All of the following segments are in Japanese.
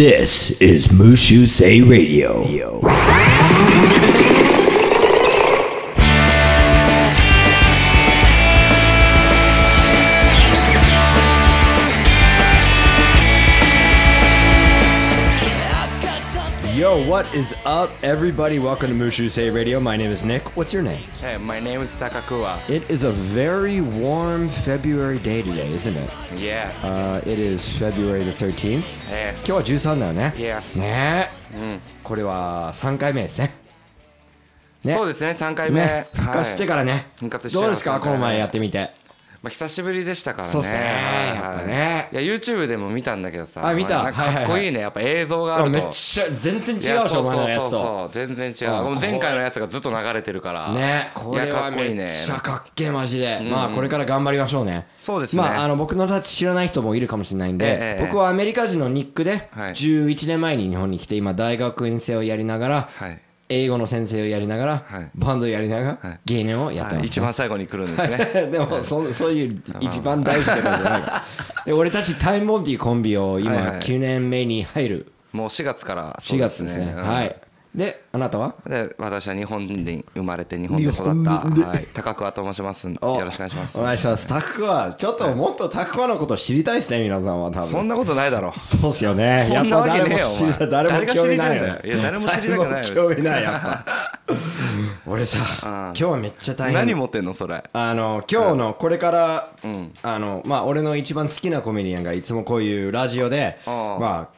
This is Mushu Say Radio. Yo, what is up, everybody? Welcome to Mushu Say Radio. My name is Nick. What's your name? Hey, my name is Takakua. It is a very warm February day today, isn't it? Yeah. Uh, it is February the 13th. え今日は13だよね。 Yes. ねえ、これは3回目ですね。ーそうですね、3回目。ね、復活してら。からね。復活してどかうらですか、三こ回目の前やってみて。まあ、久しぶりでしたからね。そうっすねやっぱねはいいや、YouTube でも見たんだけどさ。あ見たなんかかっこいいね。やっぱ映像がああると。めっちゃ全然違うでいしやょ、そうお前そのうやそつうと。そう。全然違あう。こもれう前回のやつがずっと流れてるから。ね、こいれやかはっこいめいねっちゃかっけえマジで、まあこれから頑張りましょうねそうですねまああの僕のたち知らない人もいるかもしれないんで、ええええ僕はアメリカ人のニックではい11年前に日本に来て今大学院生をやりながら、はい英語の先生をやりながら、はいバンドをやりながら、はい芸人をやってます、はい一番最後に来るんです ね。でもそそういう一番大事なことじ ゃないからで俺たちタイムボンっていうコンビを今はいはい9年目に入るもう4月から。 4月ですねうんはいであなたはで私は日本に生まれて日本で育った、日本ではい、高桑と申しますよおろしくお願いしますお願いしますタクはちょっともっとタクはのこと知りたいですね皆さんは多そん分なことないだろそうっすよねそやっんなぱわけ誰ねえもよ知りたいお前誰も興味ないよ誰が知りたいんだよいや誰も知りたくないよ 誰も興味ないやっぱ 俺さ今日はめっちゃ大変何持ってんのそれあの今日のこれから、あのまあ俺の一番好きなコメディアンがいつもこういうラジオでああまあ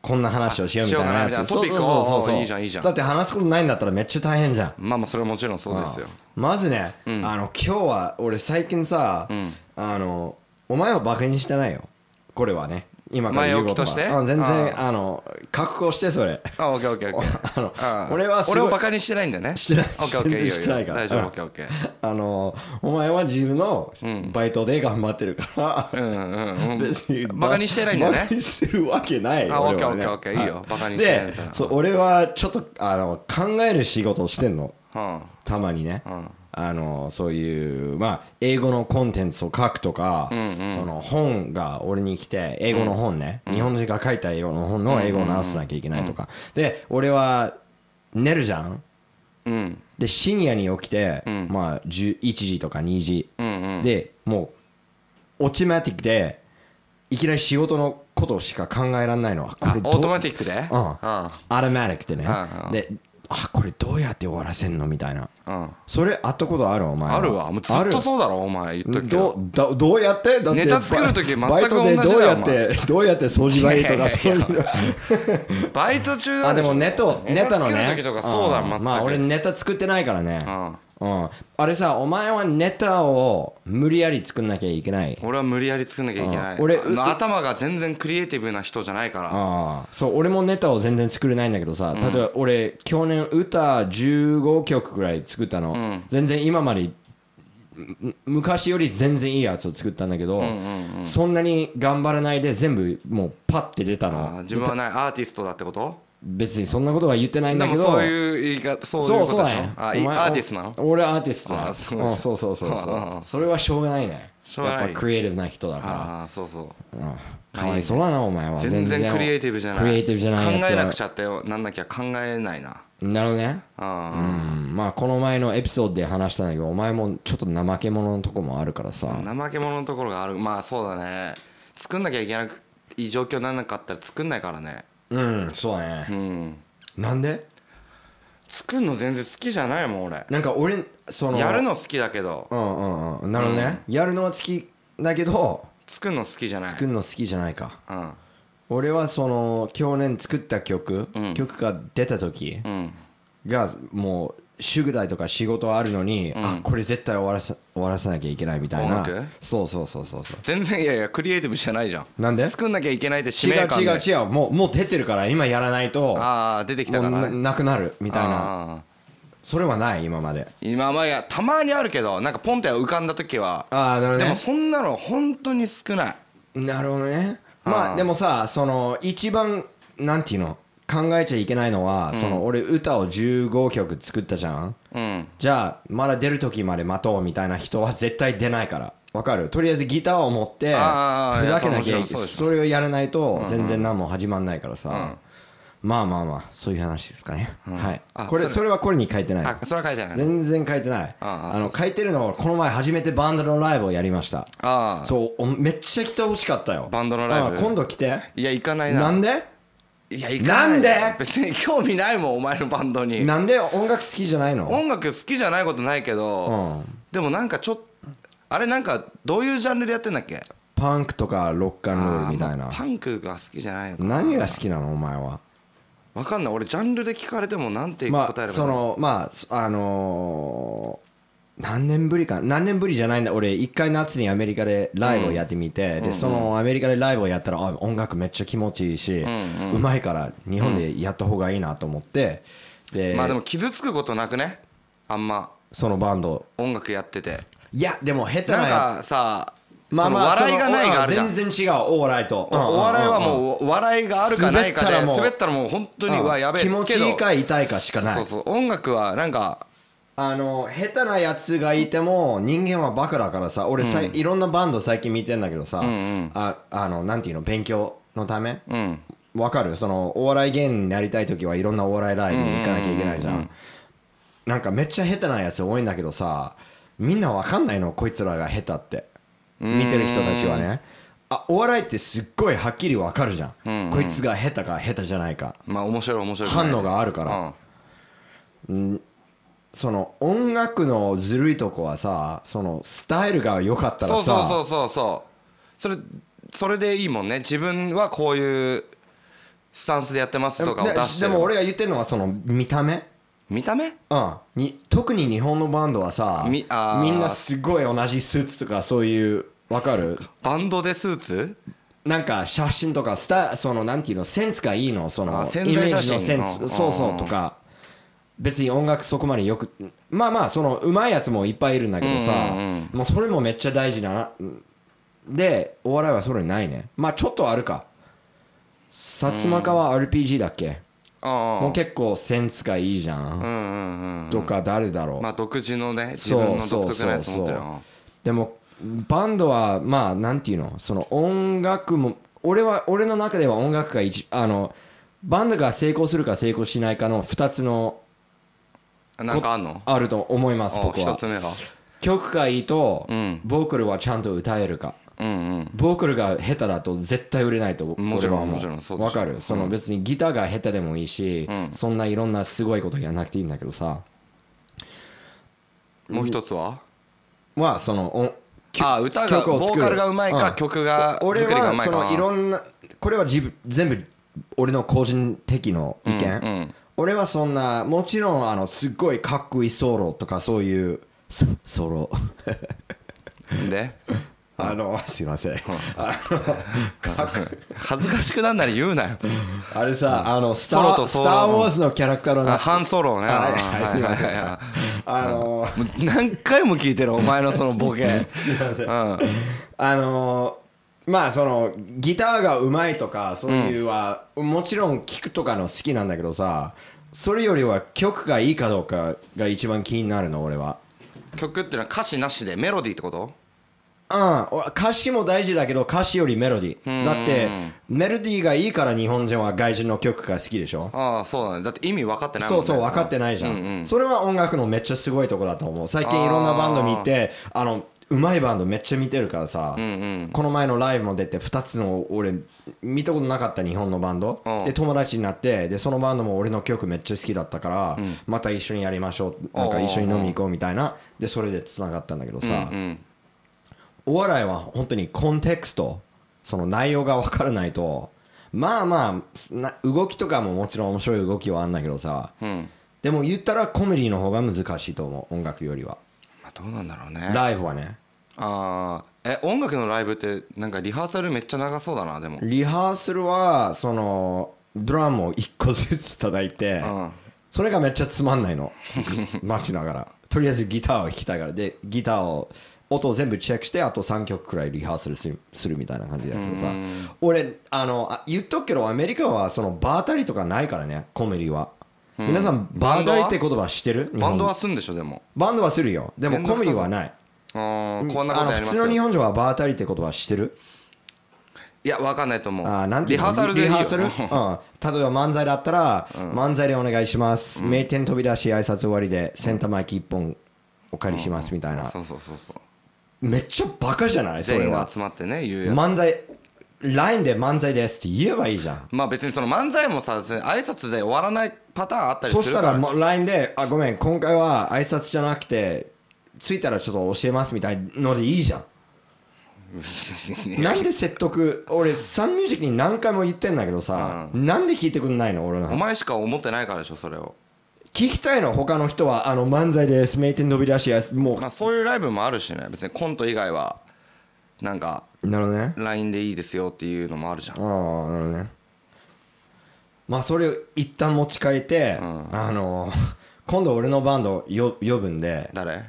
こんな話をしようみたいなあしようかなやみつたいなトピックそうそうそうそうおうおういいじゃんいいじゃんだって話すことないんだったらめっちゃ大変じゃんまあまあそれはもちろんそうですよまずね、あの今日は俺最近さ、あのお前をバカにしてないよこれはね今から言うことは前置きとしてうん全然ああの覚悟してそれ あオッケーオッケーオッケーあのああ俺はすごい俺をバカにしてないんだよねしてないオッケーオッケー全然してないいいよから大丈うん夫オッケーオッケーあのお前は自分のバイトで頑張ってるから、うんうんうん 別にバカにしてないんだよねバカにしてるわけないあ俺はね OKOKOK いいよバカにしてないんでだったらそう俺はちょっとあの考える仕事をしてんのはたまにねんあのそういうまあ英語のコンテンツを書くとかその本が俺に来て英語の本ね日本人が書いた英語の本の英語を直さなきゃいけないとかで俺は寝るじゃんあうんで深夜に起きて、まあ10 1時とか2時、でもうオートマティックでいきなり仕事のことしか考えられないのはこあれオートマティティックでうんアトマティックでねうんうんであこれどうやって終わらせんのみたいなうんうんそれあったことあるお前はあるわもうずあっるとそうだろお前言っとくけどどうだどうやってだってネタ作る時全くバイトで同じだどようやっおてどうやって掃除場いいといやかいそうやいいうやのバイト中なあんででしもょネタネタの作ねる時とかそうだうん全くまあ俺ネタ作ってないからねうんうん、あれさお前はネタを無理やり作んなきゃいけない俺は無理やり作んなきゃいけなういん俺あの頭が全然クリエイティブな人じゃないからああそう俺もネタを全然作れないんだけどさ、例えば俺去年歌15曲ぐらい作ったの、全然今までん昔より全然いいやつを作ったんだけど、そんなに頑張らないで全部もうパッて出たあーの自分はないアーティストだってこと別にそんなことは言ってないんでだけもどそういう言い方そういそううこそうとだでしょねあいお前アーティストなの俺アーティストだあそううんそうそうそうそあ ああうあそれはしょうがないねしょうがやないっぱクリエイティブな人だからああそうそうかわいそうだなお前は全然クリエイティブじゃないクリエイティブじゃないやつ考はえなくちゃってなんなきゃ考えないななるほどねうあんまあこの前のエピソードで話したんだけどお前もちょっと怠け者のとこもあるからあさ怠け者のところがあるまあそうだね作んなきゃいけない状況にならなかったら作んないからねうんそうだうねんなんで作んの全然好きじゃないもん俺なんか俺そのやるの好きだけどうんうんうんなるほどねやるのは好きだけど作んの好きじゃない作るの好きじゃないかうん俺はその去年作った曲曲が出た時うんがもう宿題とか仕事あるのにあこれ絶対終わらさ終わらさなきゃいけないみたい音な楽そうそうそうそうそう全然いやいやクリエイティブじゃないじゃんなんで作んなきゃいけないって使違う命感で違う違うもうもう出てるから今やらないとああ出てきたもかうらなねなくなるみたいなああそれはない今まで今まあいやたまにあるけどなんかポンって浮かんだ時はああなるほでもそんなの本当に少ないなるほどねまああーでもさその一番なんていうの考えちゃいけないのは、その俺歌を15曲作ったじゃんうんじゃあまだ出る時まで待とうみたいな人は絶対出ないからわかるとりあえずギターを持ってあーふざけなきゃいいけやそうもちろんそうですそれをやらないと全然何も始まんないからさん、まあまあまあそういう話ですかね、はいあこれそそれれはこれに書いてないあそれは書いてない全然書いてないあああの書いてるのはこの前初めてバンドのライブをやりましたああそうおめっちゃ来てほしかったよバンドのライブあ今度来ていや行かないななんでいや行かないなんで別に興味ないもんお前のバンドになんで音楽好きじゃないの音楽好きじゃないことないけうどんでもなんかちょっあれなんかどういうジャンルでやってんだっけパンクとかロックンロールみたいあーまなあパンクが好きじゃないのかな何が好きなのお前はわかんない俺ジャンルで聞かれてもなんて答まえればいいあのそのまあそあのー何年ぶりか何年ぶりじゃないんだ俺一回夏にアメリカでライブをやってみて、でそのアメリカでライブをやったらあ音楽めっちゃ気持ちいいし、うまいから日本でやった方がいいなと思って、で,、まあでも傷つくことなくねあんまそのバンド音楽やってていやでも下手なやなんつかさその笑いがないがあるじゃんその全然違うお笑いとおお笑いはうんもう笑いがあるかないか滑ったらでもう滑ったらもう本当にうんうわやべえ気持ちいいかい痛いかしかないそうそう音楽はなんかあの下手なやつがいても人間はバカだからさ俺さ、いろんなバンド最近見てんだけどさ、ああのなんていうの勉強のためうんわかるそのお笑い芸人になりたい時はいろんなお笑いライブに行かなきゃいけないじゃん,、なんかめっちゃ下手なやつ多いんだけどさみんなわかんないのこいつらが下手って見てる人たちはねあお笑いってすっごいはっきりわかるじゃん、こいつが下手か下手じゃないかまあ面白い面白い反応があるから、うんその音楽のずるいとこはさそのスタイルが良かったらそうそさうそうそうそうそれそれでいいもんね自分はこういうスタンスでやってますとかを出でしてでればも俺が言ってるのはその見た目見た目うん、に特に日本のバンドはさみみあーんなすごい同じスーツとかそういうわかるバンドでスーツなんか写真とかスタそのなんていうのセンスがいいのそのあイ潜メ在ー写ジ真のセンうんスそううそうんとか別に音楽そこまでよくまあまあそのうまいやつもいっぱいいるんだけどさうんうんもうそれもめっちゃ大事だなでお笑いはそれないねまあちょっとあるか薩摩川 RPG だっけああもう結構センスがいいじゃんうんうんうんとか誰だろうまあ独自のね自そう分の独特なやつ持ってるそうよでもバンドはまあなんていうのその音楽も俺は俺の中では音楽が一あのバンドが成功するか成功しないかの2つのなんかあんのあると思いますあ僕一はつ目は曲がいいと、うんボーカルはちゃんと歌えるかうんボーカルが下手だと絶対売れないともち俺ろんは思もちろんそううでしょわかるその別にギターが下手でもいいし、うんそんないろんなすごいことやらなくていいんだけどさうんもう一つはまあそのおあ歌が曲を作るボーカルがうまいうかん曲が作俺りがうはまいそかのいろんなこれは自分全部俺の個人的の意見、うんうん俺はそんなもちろんあのすっごいかっこいいソロとかそういうソソロであのすいません恥ずかしくなんなら言うなよあれさあのスタソロー「とスタソー・ロウォーズ」のキャラクターのあな半ソロねはいあーはいすいませんはいはあのいはいもう何回も聞いてるお前のそのボケすいませんうんあのーまあそのギターがうまいとかそういうは、もちろん聴くとかの好きなんだけどさそれよりは曲がいいかどうかが一番気になるの俺は曲っていうのは歌詞なしでメロディーってことうん、俺歌詞も大事だけど歌詞よりメロディーだってメロディーがいいから日本人は外人の曲が好きでしょああそうだねだって意味分かってないそもんうねそう分かってないじゃん、それは音楽のめっちゃすごいとこだと思う最近いろんなバンド見てあのうまいバンドめっちゃ見てるからさ、この前のライブも出て2つの俺見たことなかった日本のバンド、うんで友達になってでそのバンドも俺の曲めっちゃ好きだったから、また一緒にやりましょうなんか一緒に飲み行こうみたいなでそれでつながったんだけどさ、うんお笑いは本当にコンテクストその内容が分からないとまあまあな動きとかももちろん面白い動きはあんだけどさ、うんでも言ったらコメディの方が難しいと思う音楽よりはまあどうなんだろうねライブはねああえ音楽のライブってなんかリハーサルめっちゃ長そうだなでもリハーサルはそのドラムを1個ずつ叩いてうんそ れがめっちゃつまんないの待ちながらとりあえずギターを弾きたいからでギターを音を全部チェックしてあと3曲くらいリハーサルするするみたいな感じだけどさうん俺あのあ言っとくけどアメリカはその場当たりとかないからねコメディは皆さん場当たりって言葉知ってる日バ本ンドはすんでしょでもバンドはするよでも面コ倒くメさディそうはないあうんーこんなこあとのや普りま通すの日よ本人は場当たりって言葉知ってるいやわかんないと思うあーなんていリうのハーサルでいいリよハーサル、うん、例えば漫才だったら、漫才でお願いします、名店飛び出し挨拶終わりでセンターマイク1本お借りしますみたいな、そうそうそうそうめっちゃバカじゃないそ全れ員がは集まってね言うやつ漫才 LINE で漫才ですって言えばいいじゃんまあ別にその漫才もさ別に挨拶で終わらないパターンあったりそすしるたかららもう LINE で「あごめん今回は挨拶じゃなくて着いたらちょっと教えます」みたいのでいいじゃんなんで説得俺サンミュージックに何回も言ってんだけどさ、なんで聞いてくんないの俺の話お前しか思ってないからでしょそれを聞きたいの他の人はあの漫才です名店飛び出しやすもまあそういうライブもあるしね別にコント以外はなんかうなるほどね LINE でいいですよっていうのもあるじゃんああなるほどねまあそれを一旦持ち帰って、うんあの今度俺のバンドよ呼ぶんで誰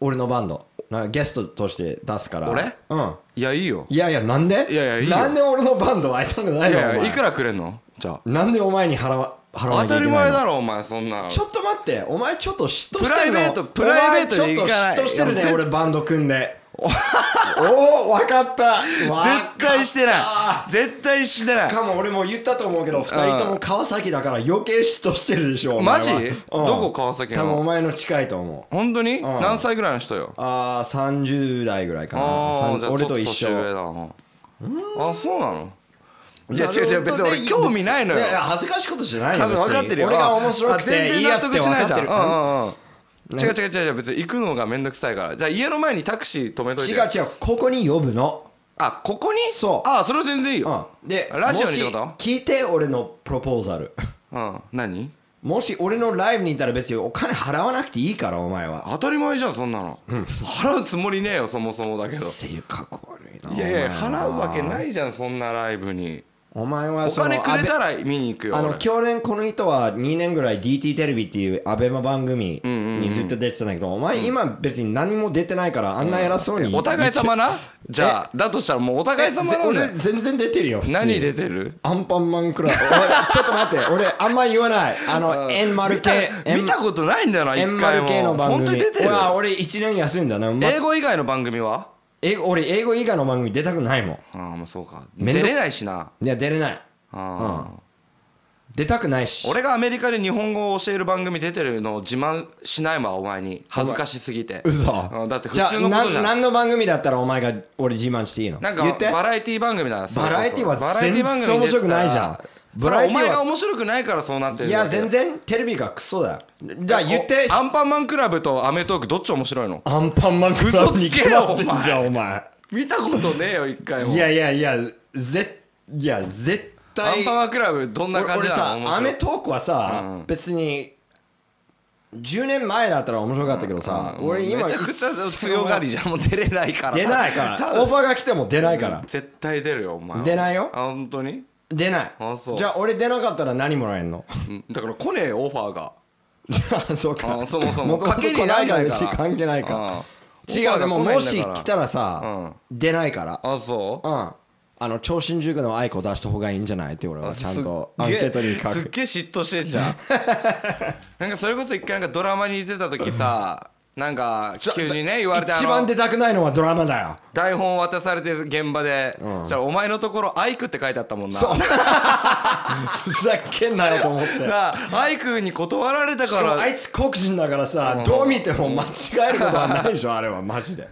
俺のバンドなゲストとして出すから俺うんいやいいよいやいやなんでいやいやいいよなんで俺のバンド会いたくないのいやおいや前いくらくれんのじゃあなんでお前に払わ払わなき当ゃたいけりない前のだろお前そんなのちょっと待ってお前ちょっと嫉妬してるのプライベートプライベートお前にちょ行っとかない嫉妬してるいねや俺バンド組んでおお分かった絶対してわない絶対してないかも俺も言ったと思うけど2人とも川崎だから余計嫉妬してるでしょお前はマジうんどこ川崎な多の分お前の近いと思う本当にん何歳ぐらいの人よああ30代ぐらいかああなじさゃあん俺と一ちょっ年上緒だなあそうなのいやな違うるほど違う別に俺興味ないのよやや恥ずかしいことじゃないよ多分別に分かってるよ俺が面白くあ全て然いいやつって分かってる納得してないじゃんうんうんうん違う違う違う違う別に行くのがめんどくさいからじゃあ家の前にタクシー止めといて違う違うここに呼ぶのあここにそうあそれは全然いいようんでラジオにってこともし聞いて俺のプロポーザル うん何もし俺のライブにいたら別にお金払わなくていいからお前は当たり前じゃんそんなの払うつもりねえよそもそもだけど性格悪いないやいやお前は払うわけないじゃんそんなライブにお前はおその金くれ安たら見に行倍くよあ俺の去年この人は2年ぐらい DT テレビっていうアベマ番組にずっと出てたんだけど、お前今別に何も出てないからあんな偉そうに、お互い様なじゃあだとしたらもうお互い様えぜな俺んだよ全然出てるよ普通に何出てるアンパンマンくらいおいちょっと待って俺あんま言わないあの円丸系見たことないんだよな一円丸回も系の番組本当に出てる俺は俺1年休んだな、ま英語以外の番組は英語俺英語以外の番組出たくないもああまあそうかめんど出れないしなんいや出れないあー出たくないし俺がアメリカで日本語を教える番組出てるのを自慢しないわお前に恥ずかしすぎて嘘うんだって普通のことじゃん何の番組だったらお前が俺自慢していいのなんか言ってバラエティ番組だなそれバこそラエティはバラエティ番組全然面白くないじゃんに出てバたらラエそれおティは前が面白くないからそうなってるいやだけ全然テレビがクソだよじゃあ言ってアンパンマンクラブとアメトーークどっち面白いのアンパンマンクラブに嘘つけよ決まってんじゃんお前見たことねえよ一回もいやいやいやぜいや絶ア対ンパンマンクラブどんな俺感じ俺なさ『のアメトーク』はうんさうん別に10年前だったら面白かったけどさ俺今めちゃくちゃ強がりじゃんもう出れないから出ないか たらだオファーが来ても出ないから絶対出るよお前出ないよあ本当に出ないあそうじゃあ俺出なかったら何もらえんの うんだから来ねえよオファーがそうかあそもそももともと賭けに来ないからなんない別からに関係ないかうん 違うでももしオファーが来ないんだから来たらさ出ないからあそううんあの超新塾の愛子出した方がいいんじゃないって俺はちゃんとアンケートに書すっくげえ嫉妬してん じゃんなんかそれこそ一回なんかドラマに出た時さなんか急にね言われてあ一の番出たくないのはドラマだよ台本渡されて現場で、うんそしたらお前のところ「アイク」って書いてあったもんなそうふざけんなよと思 ってなあアイクに断られたしかからもあいつ黒人だからさ、んどう見ても間違えることはないでしょあれはマジで、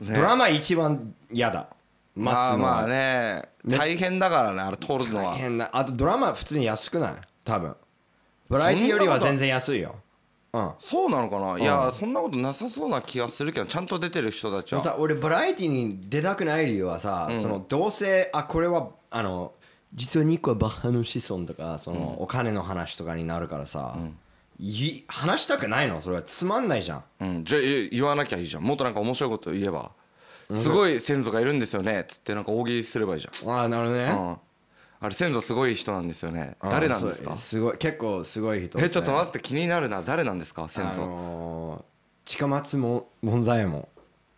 ドラマ一番嫌だ待まあつのはまあね大変だからねあれ撮るのは大変なあとドラマ普通に安くない多分バラエティよりは全然安いようんそうなのかないやそんなことなさそうな気がするけどちゃんと出てる人たちでもはさ俺バラエティに出たくない理由はさ、そのどうせあこれはあの実はニ個はバッハの子孫とかその、お金の話とかになるからさ、い話したくないのそれはつまんないじゃんうんじゃあえ言わなきゃいいじゃんもっとなんか面白いこと言えばすごい先祖がいるんですよねつってなんか大喜利すればいいじああなるほどね、ゃんうんあれ先祖すごい人なんですよね誰なんですあかそうすごい結構すごい人ですね、えちょっと待って気になるな誰なんですか先あ祖のー近松も門左衛門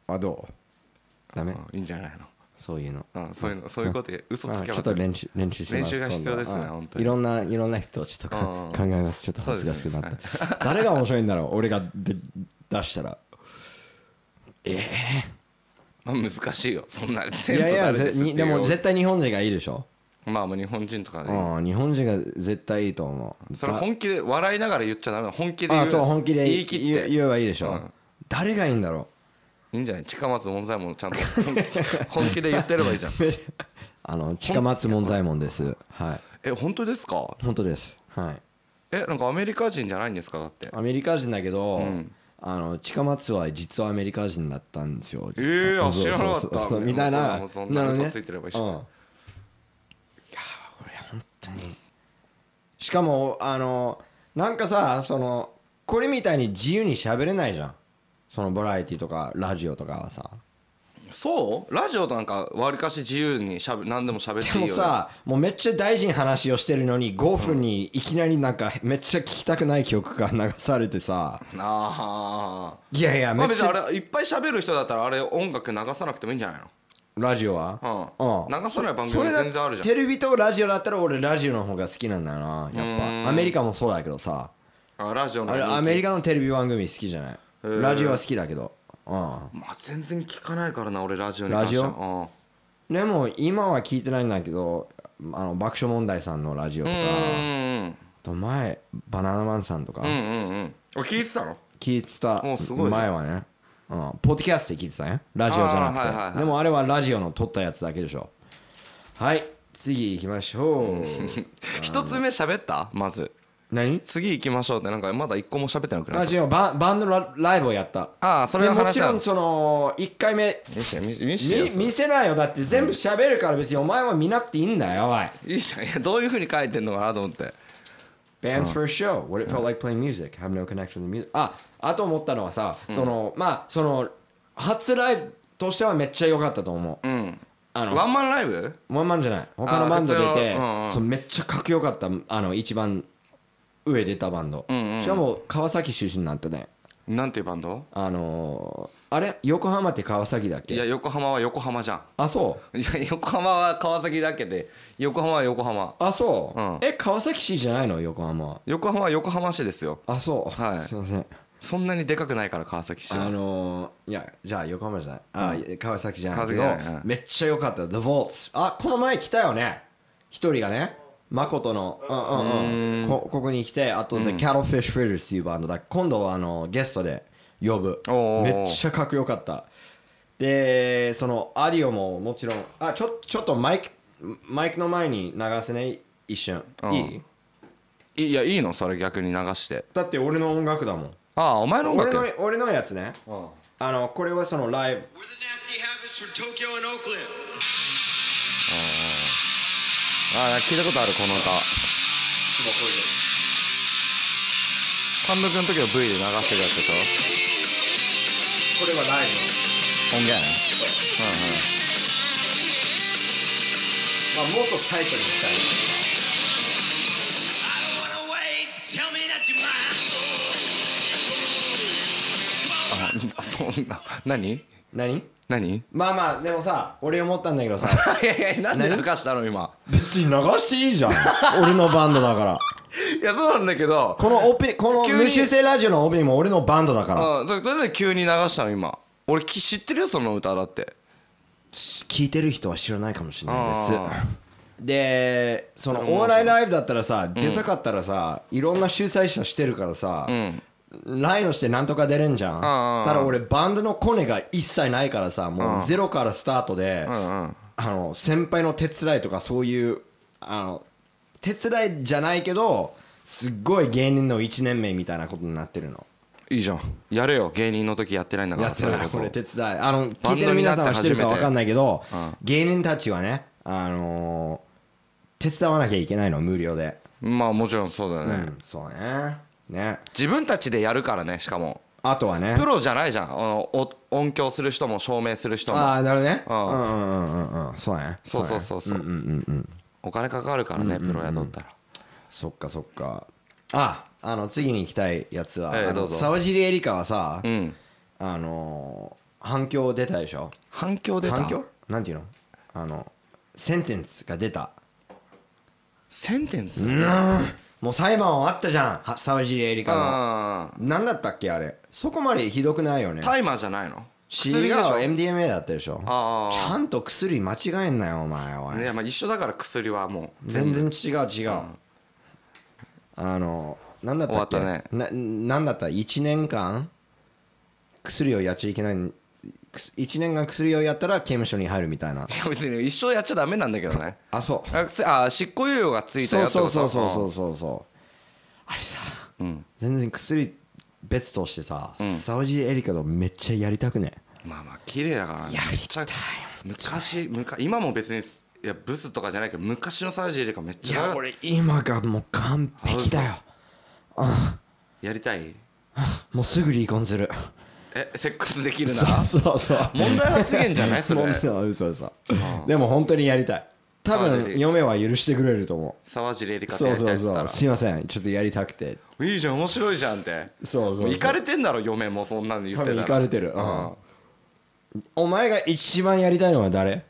あどうダメうんいいんじゃないそういうのの、うん、そういうのそういうことで嘘つあきちゃょっと練習練習します練習が必要ですね今度は本当にいろんないろんな人をちょっとかうんうん考えますちょっと恥ずかしくなった、誰が面白いんだろう俺がで出したらまあ難しいよそんないセンスやいや誰ぜすってにうでも絶対日本人がいいでしょ、まあもう日本人とかでうん、日本人が絶対いいと思うそれだ本気で笑いながら言っちゃダメだ本気で言あそう本気で言い切っ言てう言えばいいでしょ、うん誰がいいんだろいいんじゃない近松門左衛門ちゃんと 本気で言ってればいいじゃんうあの近松門左衛門ですはいえ本当ですか本当ですはいえなんかアメリカ人じゃないんですかだってアメリカ人だけど、うんあの近松は実はアメリカ人だったんですよ。えーあそう知らなかったそうそうそうみたいもな。うそんなもうそんなるほどね嘘ついてれば一緒だうんいやーこれ本当に。しかもあのなんかさそのこれみたいに自由に喋れないじゃん。そのバラエティとかラジオとかはさ。そうラジオなんかわりかし自由にしゃべ何でも喋っでていいもよさもうめっちゃ大事な話をしてるのに5分にいきなりなんかめっちゃ聞きたくない曲が流されてさ。あいやいやあめまっあ別ちにゃあれいっぱい喋る人だったらあれ音楽流さなくてもいいんじゃないのラジオはうん流さない番組も全然あるじそれだゃんテレビとラジオだったら俺ラジオの方が好きなんだよなやっうーんぱアメリカもそうだけどさあラジオのあれアメリカのテレビ番組好きじゃないーラジオは好きだけどうんまあ全然聞かないからな俺ラジオに関してはラジでも今は聞いてないんだけどあの爆笑問題さんのラジオとうんかうんあと前バナナマンさんとかうんうんうんうんあ聞いてたの聞いてたおすごいじゃん前はねうんポッドキャストで聞いてたねラジオじゃあーはいはないくはいてでもあれはラジオの撮ったやつだけでしょはい次行きましょう 一つ目喋ったまず何次行きましょうってなんかまだ一個も喋ってなくないあ違うバンバンドラライブをやったああそれではも話しちたろんその1回目見せて見せ見せてみ見せないよだって全部喋るから別にお前は見なくていいんだよおいいいじゃんいやどういうふうに書いてんのかなと思って Bands for show what it felt like playing music have no connection to music ああと思ったのはさそのまあその初ライブとしてはめっちゃ良かったと思ううんあのワンマンライブワンマンじゃない他のバンド出て別のうんうんそうめっちゃかっこよかったあの一番上出たバンドんうんしかも川崎出身なんてねなんていうバンドあのーあれ横浜って川崎だっいやけ横浜は横浜じゃあそうん いや横浜は川崎だけで横浜は横浜あそう、うんえ川崎市じゃないの横浜は横浜は横浜市ですよあそうはいすいませんそんなにでかくないから川崎市あはのー、いやじゃあ横浜じゃないあ、い川崎じゃないけど川崎じゃないうんめっちゃ良かった The Vaults あこの前来たよね一人がね誠のうんうんうんこここに来てあと The Cattlefish Fritters っていうバンドだ今度はあのゲストで呼ぶおーめっちゃかっこよかったでそのアディオももちろんあちょちょっとマイクマイクの前に流せない一瞬うんいいいやいいのそれ逆に流してだって俺の音楽だもんああお前の音俺楽の俺のやつねあのこれはそのライブ We're the Nasty Habits from Tokyo and Oakland. ああ聞いたことあるこの歌単独の時は V で流してるやつでしょこれはライ音源ブまあもっとタイトにしたい I don't wanna wait. Tell me that you mind. あ そんな何何何 いまあまあでもさ俺思ったんだけどさやいやなんで流したの今 別に流していいじゃん俺のバンドだからいやそうなんだけどこのオープニングこの急に無修正ラジオのオープニングも俺のバンドだからうんだだって急に流したの今俺き知ってるよその歌だって聞いてる人は知らないかもしれないであすでそのお笑いライブだったらさ出たかったらさいろんな主催者してるからさんライノしてなんとか出れんじゃんんうんただ俺バンドのコネが一切ないからさもうゼロからスタートでうんうんあの先輩の手伝いとかそういうあの手伝いじゃないけどすっごい芸人の1年目みたいなことになってるのいいじゃんやれよ芸人の時やってないんだからやってないこそういれうこ手伝いあの聞バンドいてる皆さんはになって初めてしてるか分かんないけどうん芸人たちはねあのー手伝わなきゃいけないの無料でとまあもちろんそうだうよね、んそうねね自分たちでやるからねしかもあとはねプロじゃないじゃんあのお音響する人も照明する人もああなるほどねううんんうんうんうんうんそうねそうそうねそうそうお金かかるからねプロ雇ったらそっかそっかああの次に行きたいやつはえあえのどうぞ沢尻エリカはさうんあのー反響出たでしょ反響出た反響なんていうのあのセンテンスが出たセンテンスもう裁判終わったじゃんは沢尻エリカああの何だったっけあれそこまでひどくないよねタイマーじゃないの違薬うでしょ MDMA だったでしょちあーゃんと薬間違えんなよお前おいねまあ一緒だから薬はもう全然違う違う、あの何だったっけ終わったな何だった1年間薬をやっちゃいけない1年間薬をやったら刑務所に入るみたいないや別に一生やっちゃダメなんだけどねあそうあ薬あー執行猶予がついたそようってそこうとそうそうそううそうそうあれさそう、うん、全然薬別としてさ、沢尻エリカとめっちゃやりたくねまあまあ綺麗だからねめっちゃ昔昔今も別にいやブスとかじゃないけど昔のサージエリカめっちゃ俺今がもう完璧だよやりたいもうすぐ離婚するえセックスできるならそうそうそう問題発言じゃないそれ問題は嘘嘘でも本当にやりたい多あぜ分ひ嫁は許してくれると思沢尻エリうカとそやうりそたいっうつったそうらすいませんちょっとやりたくていいじゃん面白いじゃんってそうそうもそう行かれてんだろ嫁もそんなの言っ多て分た行らかれてるうんお前が一番やりたいのは誰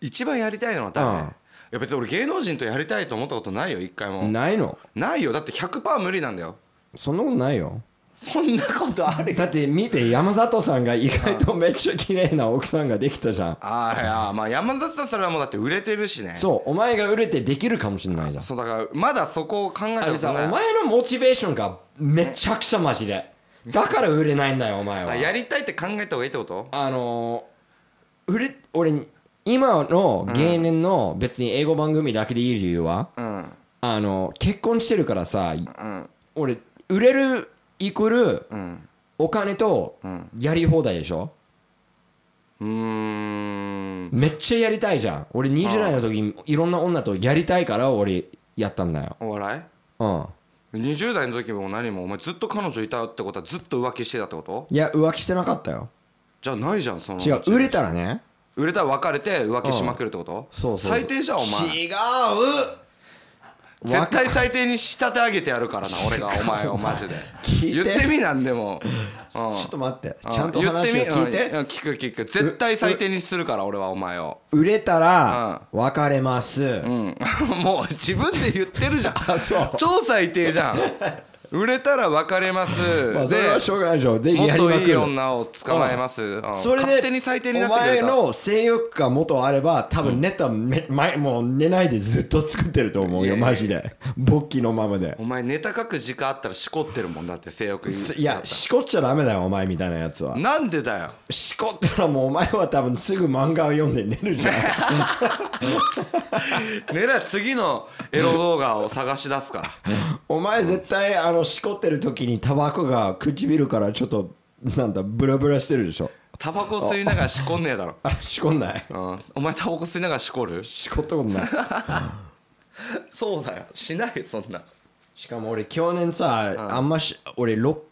一番やりたいのはうん誰いや別に俺芸能人とやりたいと思ったことないよ一回もないのないよだって100%無理なんだよそんなことないよそんなことあるよだって見て山里さんが意外とめっちゃ綺麗な奥さんができたじゃんああいやまあ山里さんそれはもうだって売れてるしねそうお前が売れてできるかもしれないじゃんそうだからまだそこを考えあたれことさおない前のモチベーションがめちゃくちゃマジでだから売れないんだよお前はあやりたいって考えた方がいいってことあのー、売れ俺今の芸人の別に英語番組だけでいい理由は、うんうんあの結婚してるからさ俺売れるイコールうんお金とんやり放題でしょうーんめっちゃやりたいじゃん俺20代の時にいろんな女とやりたいから俺やったんだよお笑いうん20代の時も何もお前ずっと彼女いたってことはずっと浮気してたってこといや浮気してなかったよじゃあないじゃんその違う売れたらね売れたら別れて浮気しまくるってことそうそうそう最低じゃんお前違う絶対最低に仕立て上げてやるからな俺がお前をマジで聞いて言ってみなんでもうんちょっと待ってうんちゃんと話を言ってみ聞いてうんうん聞く聞く絶対最低にするから俺はお前を売れたら別れますうん もう自分で言ってるじゃんそう超最低 じゃん売れたら別れますまあ、それはしでょうがないでしょでもっやりまとくいいる女を捕まえますうんそれで勝手に最低になってくれたお前の性欲が元あれば多分ネットはめ、前もう寝ないでずっと作ってると思ういやよいやマジで勃起のままでお前ネタ書く時間あったらしこってるもんだって性欲にいやしこっちゃダメだよお前みたいなやつはなんでだよしこったらもうお前は多分すぐ漫画を読んで寝るじゃんねら次のエロ動画を探し出すからお前絶対あのしこってる時にタバコが唇からちょっとなんだブラブラしてるでしょタバコ吸いながらしこんねえだろ、あしこんないうん、お前タバコ吸いながらしこるしこったことないそうだよしないそんな しかも俺去年さ、あんまし俺3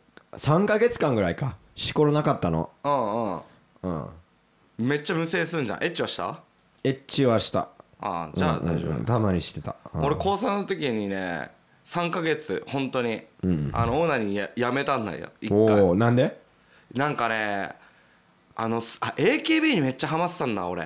ヶ月間ぐらいかしこらなかったのうんうんうんめっちゃ無制すんじゃんエッチはしたエッチはしたああじゃあ大丈夫、うんたまにしてた、うん俺高3の時にね3ヶ月本当に、あのオーナーにややめたんだよ一お回おなんでなんかねあのすあ AKB にめっちゃハマってたん だ俺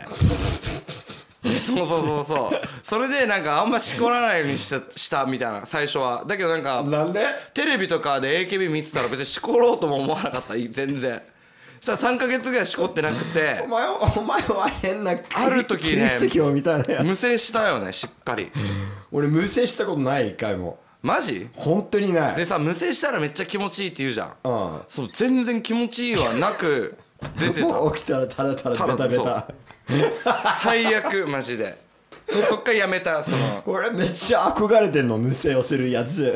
そうそうそうそうそれでなんかあんましこらないようにしたしたみたいな最初はだけどなんかんでテレビとかで AKB 見てたら別にしころうとも思わなかったい全然そしたら3ヶ月ぐらいしこってなくてお前お前は変なある時ねキリスト教みたいなやつ無制したよねしっかり俺無制したことない一回もマジ本当にないでさ無制したらめっちゃ気持ちいいって言うじゃんうんそう全然気持ちいいはな く出てもう起きたらただただベタベたタだた最悪マジでそっからやめたその俺めっちゃ憧れてんの無制をするやつ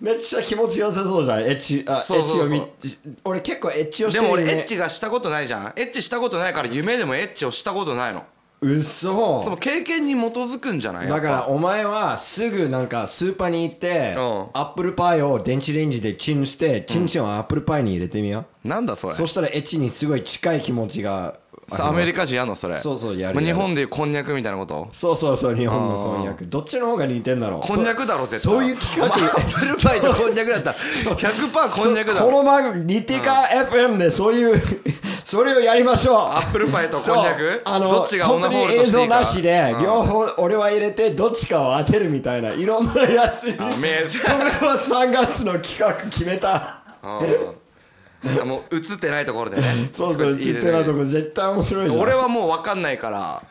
めっちゃ気持ちよさそうじゃんエッチあそうそうそうエッチを見俺結構エッチをしてでるもよね俺エッチがしたことないじゃんエッチしたことないから夢でもエッチをしたことないのうそその経験に基づくんじゃないだかやっらお前はすぐなんかスーパーに行ってうんアップルパイを電子レンジでチンしてチンチンをアップルパイに入れてみよぱなんだそれうそしたらエッチにすごい近い気持ちがさアメリカ人やんのそれそうそうやるまあや日る本でいうこんにゃくみたいなことそうそうそう日本のこんにゃくどっちの方が似てんだろうこんにゃくだろ絶対そそういう企画ア ップルパイとこんにゃくだったら100%こんにゃく だそころの番組リティカ FM でそういう それをやりましょうアップルパイとこんにゃくそうあのどっちがオナホールとしてい本い当に映像かなしでうん両方俺は入れてどっちかを当てるみたいないろんなやつにあそれ名は3月の企画決めたうんもう映ってないところでねそうそう入映れっててないとこ絶対面白いじゃん俺はもう分かんないから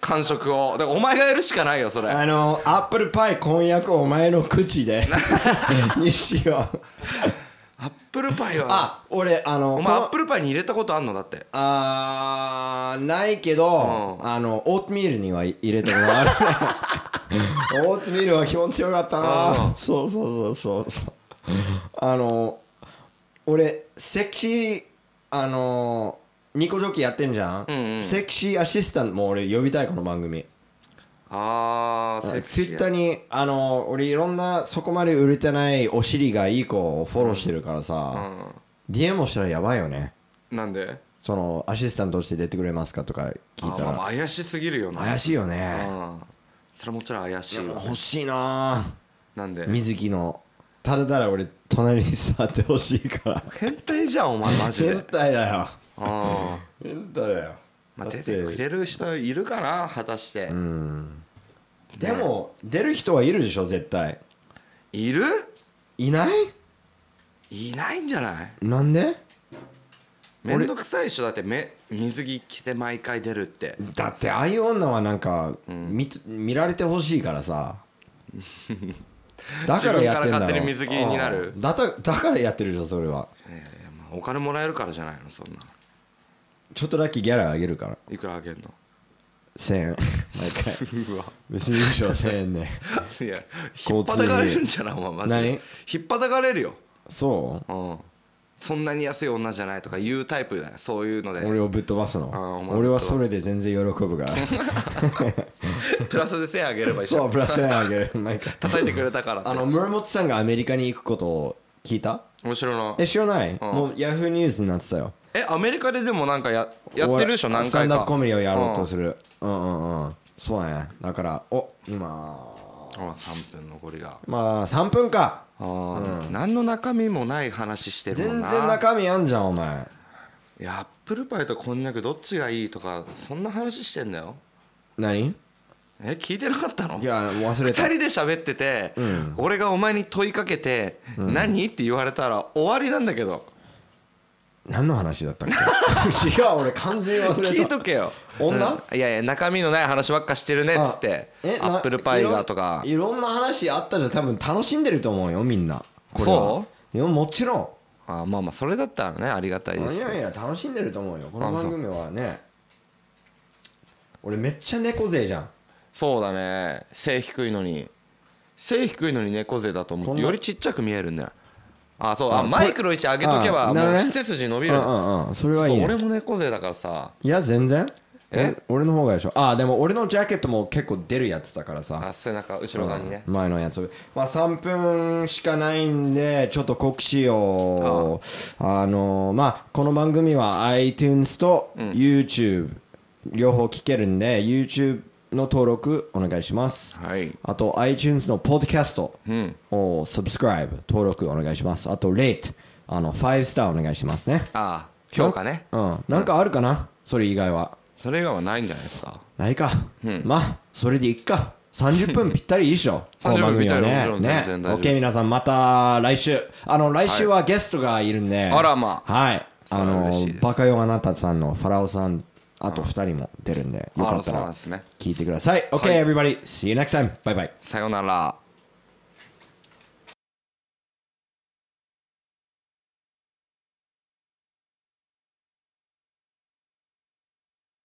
感触をだからお前がやるしかないよそれあのアップルパイ婚約お前の口で にしようアップルパイはあ俺あのおこ前のアップルパイに入れたことあんのだってあーないけど、うんあのオートミールには入れたことあ るオートミールは気持ちよかったうなんそうそうそうそうそうあの俺セクシーあのニコジョッキやってんじゃん、うんうんセクシーアシスタントも俺呼びたいこの番組ああツイッターにあの俺いろんなそこまで売れてないお尻がいい子をフォローしてるからさ、DM をしたらやばいよねなんでそのアシスタントとして出てくれますかとかあ聞いたーまあらまあ怪しすぎるよな怪しいよねうんそれもちろん怪しいよ欲しいななんで水木のただただ俺隣に座ってほしいから変態じゃんお前マジで変態だよあー変態だよまあ出てくれる人いるかな果たしてでも出る人はいるでしょ絶対いるいないいないんじゃないなんでめんどくさい人だってめ水着着て毎回出るってだってああいう女はなんか見,、見られてほしいから さだからやってんだろ自分から勝手に水着になるうんだただからやってるでしょそれはえーまあお金もらえるからじゃないのそんなちょっとだけギャラあげるからいくらあげんの1000円毎回うわ無印賞1000円ね いや引交っ通張費たかれるんじゃないお前マジで何引っ張たかれるよそうんそんなに安い女じゃないとかいうタイプだよそういうのでう俺をぶっ飛ばすのあーお前ぶっ飛ばす俺はそれで全然喜ぶから プラスで1000あげればいいじゃそうんプラス円あげる毎回叩いてくれたからってあのムーモッツさんがアメリカに行くことを聞いた面白いなえ知らない、んもうヤフーニュースになってたよえアメリカででもなんかややってるでしょお笑い何スタ回ンかダップコメディをやろうとするるうんうんうんそうだねだからお今3分残りがまあ3分かあー何の中身もない話してるもん全然な中身あんじゃんお前いやアップルパイとこんにゃくどっちがいいとかそんな話してんだよ何いえ聞いてなかったのや忘2れた人で喋ってて、俺がお前に問いかけて「何?」って言われたら終わりなんだけど何の話だったっけ 違う俺完全に忘れた聞いとけよ女うんいやいや中身のない話ばっかしてるねっつってあえアなップルパイがとかいろいろんな話あったじゃん多分楽しんでると思うよみんなこれはそいやもちろんあまあまあそれだったらねありがたいでいすよやいや楽しんでると思うよこのあそう番組はね俺めっちゃ猫背じゃんそうだね背低いのに背低いのに猫背だと思こうんなよりちっちゃく見えるんだよあそうああマイクの位置上げとけあなるほばもうどね背筋伸うびんるうんうんそれそはいうい俺ねも猫背だからさいや全然え俺俺の方がでしょああでも俺のジャケットも結構出るやつだからあさ背中後ろ側にねうん前のやつまあ3分しかないんでちょっと告知をあのーまあこの番組は iTunes と YouTube 両方聞けるんで YouTube の登録お願いしますはいあと iTunes のポッドキャストうんを subscribe 登録お願いしますあと rate あの5スターお願いしますねああ評価ねうんなんかあるかなそれ以外はそれ以外はないんじゃないですかないか、まあそれでいっか30分ぴったりいいでし ょ30分ぴったりねもちろんね全然大丈夫です OK 皆さんまた来週あの来週はゲストがいるんで、あらまあはいそれあはの嬉しいですバカヨガナタさんのファラオさんあと2人も出るんでよかあったそうなんらですね聞いてください OK everybody see you next time bye bye さよなら